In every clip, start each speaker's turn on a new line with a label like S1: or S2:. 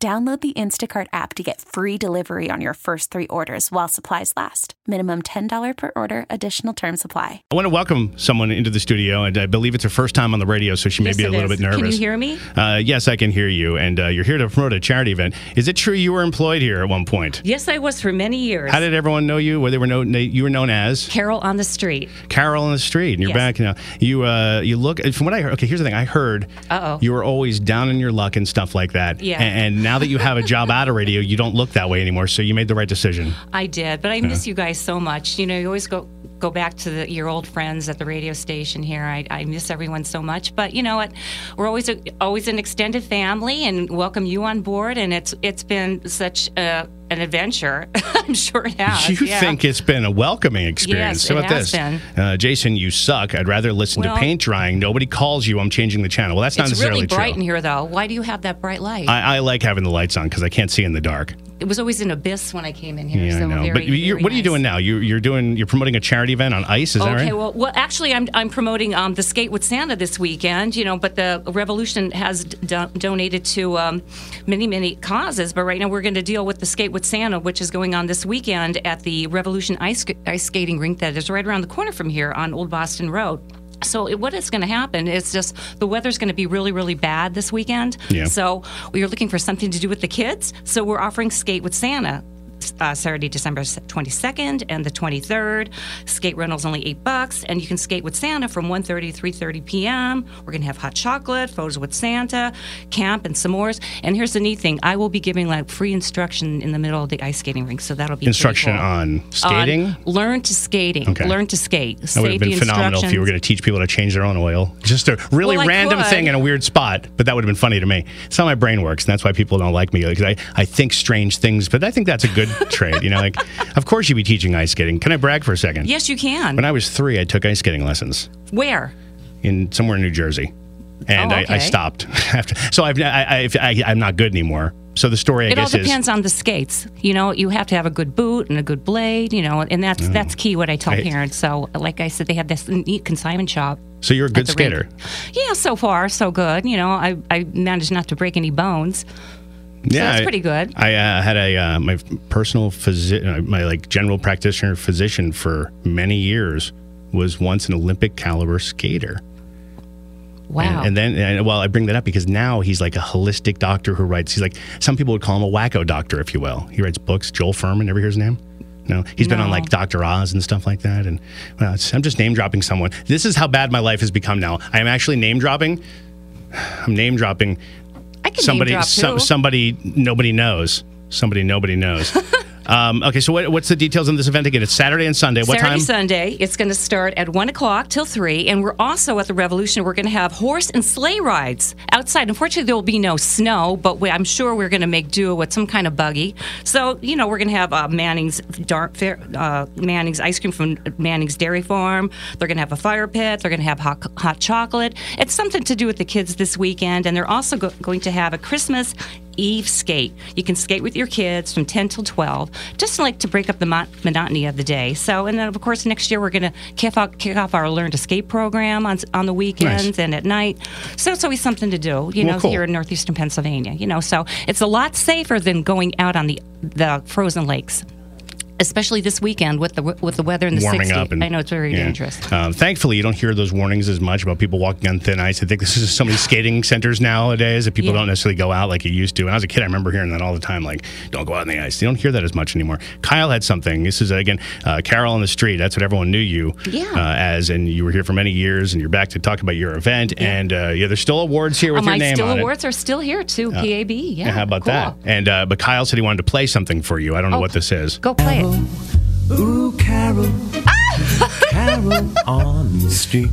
S1: Download the Instacart app to get free delivery on your first three orders while supplies last. Minimum $10 per order, additional term supply.
S2: I want to welcome someone into the studio, and I believe it's her first time on the radio, so she may
S3: Yes,
S2: be a
S3: it
S2: little
S3: is.
S2: bit nervous.
S3: Can you hear me?
S2: Uh, yes, I can hear you, and uh, you're here to promote a charity event. Is it true you were employed here at one point?
S3: Yes, I was for many years.
S2: How did everyone know you? Well, they were known, you were known as
S3: Carol on the street.
S2: Carol on the street, and you're
S3: Yes.
S2: back now. You uh, you look from what I heard. Okay, here's the thing. I heard
S3: Uh-oh.
S2: you were always down in your luck and stuff like that.
S3: Yeah.
S2: A- And, now that you have a job out of radio, you don't look that way anymore. So you made the right decision.
S3: I did, but I miss you guys so much. You know, you always go go back to the, your old friends at the radio station here. I, I miss everyone so much, but you know what? We're always a, always an extended family, and welcome you on board. And it's it's been such a, an adventure. I'm sure it has.
S2: you
S3: yeah.
S2: think it's been a welcoming experience?
S3: Yes,
S2: How
S3: it
S2: about
S3: has
S2: this, Uh, Jason? You suck. I'd rather listen
S3: Well-
S2: to paint drying. Nobody calls you. I'm changing the channel. Well, that's not
S3: it's
S2: necessarily
S3: really bright in
S2: true.
S3: here, though? Why do you have that bright light?
S2: I, I like having the lights on because I can't see in the dark.
S3: it was always an abyss when I came in here.
S2: Yeah,
S3: so
S2: I know.
S3: Very,
S2: but you're,
S3: very
S2: what are you
S3: nice.
S2: doing now? You, you're doing you're promoting a charity event on ice. Is that
S3: okay,
S2: right?
S3: well, well, actually, I'm, I'm promoting um, the Skate with Santa this weekend, you know, but the Revolution has d- don- donated to um, many, many causes. But right now, we're going to deal with the Skate with Santa, which is going on this weekend at the Revolution ice, ice skating rink that is right around the corner from here on Old Boston Road. So it, what is going to happen is just the weather's going to be really, really bad this weekend.
S2: Yeah.
S3: So we are looking for something to do with the kids. So we're offering Skate with Santa uh, Saturday, December 22nd and the 23rd. Skate rental's only eight bucks, and you can skate with Santa from 1.30 to 3.30 p.m. We're going to have hot chocolate, photos with Santa, camp, and s'mores. And here's the neat thing. I will be giving like free instruction in the middle of the ice skating rink, so that'll be pretty
S2: Instruction
S3: cool.
S2: on skating.
S3: On learn to skating.
S2: Okay.
S3: Learn to skate.
S2: That would have been phenomenal if you were going to teach people to change their own oil. Just a really
S3: Well, I
S2: random
S3: could.
S2: thing in a weird spot, but that would have been funny to me. It's how my brain works, and that's why people don't like me. Because I, I think strange things, but I think that's a good trait. You know, like, of course you'd be teaching ice skating. Can I brag for a second?
S3: Yes, you can.
S2: When I was three, I took ice skating lessons
S3: Where?
S2: in somewhere in New Jersey, and
S3: Oh,
S2: I, I
S3: okay.
S2: stopped. After, so I've, I, I, I, I'm not good anymore. So the story, I
S3: It all
S2: guess, is
S3: depends on the skates. You know, you have to have a good boot and a good blade, you know, and that's that's key what I tell
S2: Oh. Right.
S3: parents. So, like I said, they had this neat consignment shop.
S2: so you're a good
S3: at the rink.
S2: skater.
S3: Yeah, so far, so good. You know, I, I managed not to break any bones. that's
S2: I-
S3: pretty good.
S2: I uh, had a uh, my personal physician, my like general practitioner physician for many years was once an Olympic caliber skater.
S3: Wow.
S2: And, and then, and, well, I bring that up because now he's like a holistic doctor who writes. He's like some people would call him a wacko doctor, if you will. He writes books. Joel Furman, ever hear his name? No, he's been on
S3: No.
S2: like Dr. Oz and stuff like that. And well, it's, I'm just name dropping someone. This is how bad my life has become now. I am actually name dropping. I'm name dropping
S3: I can
S2: somebody
S3: name drop
S2: some,
S3: too.
S2: somebody nobody knows somebody nobody knows um, okay so what, what's the details on this event again it's saturday and sunday what
S3: Saturday,
S2: time
S3: Sunday, it's going to start at 1 o'clock till 3. And we're also at the Revolution. We're going to have horse and sleigh rides outside. Unfortunately, there will be no snow, but we, I'm sure we're going to make do with some kind of buggy. So, you know, we're going to have uh, Manning's dark fair, uh, Manning's ice cream from Manning's Dairy Farm. They're going to have a fire pit. They're going to have hot, hot chocolate. It's something to do with the kids this weekend. And they're also go- going to have a Christmas Eve skate. You can skate with your kids from 10 till 12, just like to break up the mon- monotony of the day. So, and then of course, next year we're going to kick off, kick off our Learn to Skate program on, s- on the weekends and at night. So it's always something to do, you
S2: Well,
S3: know,
S2: cool.
S3: here in northeastern Pennsylvania, you know. So it's a lot safer than going out on the, the frozen lakes. Especially this weekend with the w- with the weather in the
S2: warming
S3: 60s.
S2: up and
S3: I know it's very
S2: yeah.
S3: dangerous.
S2: um, thankfully you don't hear those warnings as much about people walking on thin ice i think this is so many skating centers nowadays that people
S3: Yeah.
S2: don't necessarily go out like you used to when i was a kid i remember hearing that all the time like don't go out on the ice you don't hear that as much anymore kyle had something this is again uh, carol on the street that's what everyone knew you
S3: Yeah.
S2: uh, as and you were here for many years and you're back to talk about your event and uh, yeah there's still awards here with
S3: Uh,
S2: your
S3: my
S2: name
S3: still
S2: on it
S3: awards are still here too. PAB, yeah.
S2: Yeah, how about
S3: Oh, cool. Oh.
S2: that? And uh, but Kyle said he wanted to play something for you. I don't know what this is.
S3: Go play it.
S4: Ooh, Carol. Carol on the street.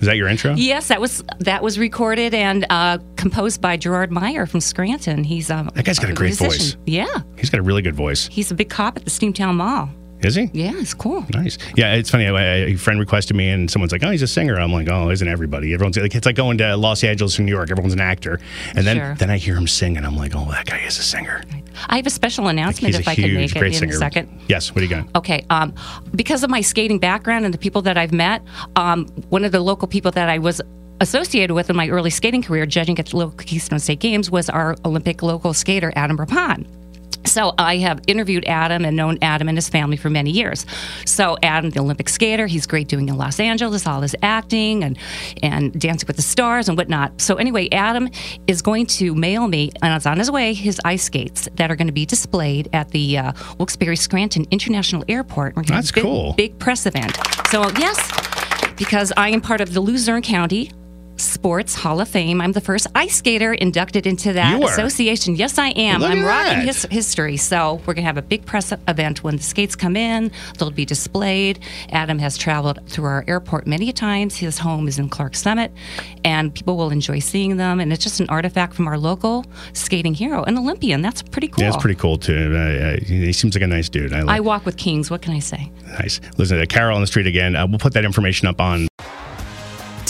S2: Is that your intro?
S3: Yes, that was that was recorded and uh, composed by Gerard Meyer from Scranton. He's um,
S2: That guy's got a great voice.
S3: Yeah,
S2: He's got a really good voice.
S3: he's a big cop at the Steamtown Mall.
S2: Is he?
S3: Yeah, it's cool.
S2: Nice. Yeah, it's funny. I- I- A friend requested me, and someone's like, "Oh, he's a singer." I'm like, "Oh, isn't everybody? Everyone's like, it's like going to Los Angeles and New York. Everyone's an actor." And then
S3: Sure.
S2: then I hear him sing, and I'm like, "Oh, that guy is a singer.
S3: I have a special announcement
S2: He's
S3: if
S2: a
S3: I can
S2: huge,
S3: make
S2: great
S3: it
S2: singer."
S3: in a second.
S2: Yes. What do you got?
S3: Okay. Um, because of my skating background and the people that I've met, um, one of the local people that I was associated with in my early skating career, judging at the local Keystone State Games, was our Olympic local skater, Adam Rapon. So I have interviewed Adam and known Adam and his family for many years. So Adam, the Olympic skater, he's great doing in Los Angeles, all his acting and and Dancing with the Stars and whatnot. So anyway, Adam is going to mail me, and it's on his way, his ice skates that are going to be displayed at the uh, Wilkes-Barre Scranton International Airport. We're gonna have
S2: That's
S3: a big,
S2: cool.
S3: Big press event. So yes, because I am part of the Luzerne County. Sports Hall of Fame. I'm the first ice skater inducted into that
S2: You are.
S3: association. Yes, I am.
S2: Look
S3: I'm
S2: at that.
S3: rocking his history. So we're going to have a big press event when the skates come in. They'll be displayed. Adam has traveled through our airport many times. His home is in Clark Summit, and people will enjoy seeing them. And it's just an artifact from our local skating hero, an Olympian. That's pretty cool.
S2: That's pretty cool too. I, I, he seems like a nice dude. I
S3: I
S2: like
S3: walk with kings. What can I say?
S2: nice. Listen to Carol on the street again. Uh, we'll put that information up on